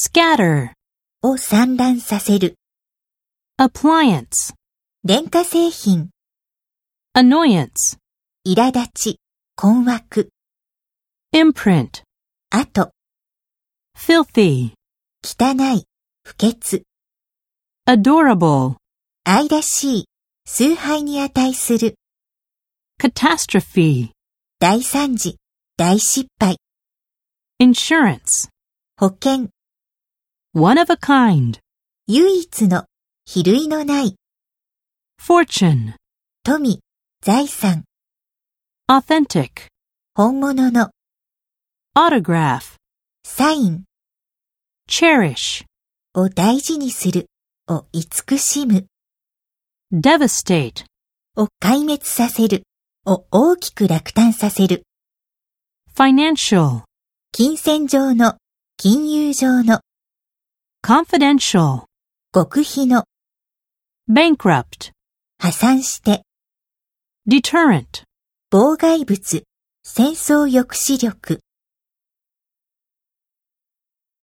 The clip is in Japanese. scatter, を散乱させる。 appliance, 電化製品、 annoyance, 苛立ち、困惑、 imprint, 跡、 filthy, 汚い、不潔、 adorable, 愛らしい、崇拝に値する、 catastrophe, 大惨事、大失敗、 insurance, 保険、 one of a kind, 唯一の、比類のない、 fortune, 富、財産、 authentic, 本物の、 autograph, サイン cherish, を大事にする、を慈しむ、 devastate, を壊滅させる、を大きく落胆させる、 financial, 金銭上の、金融上の、 confidential, 極秘の、 bankrupt, 破産して、 deterrent. 妨害物、戦争抑止力。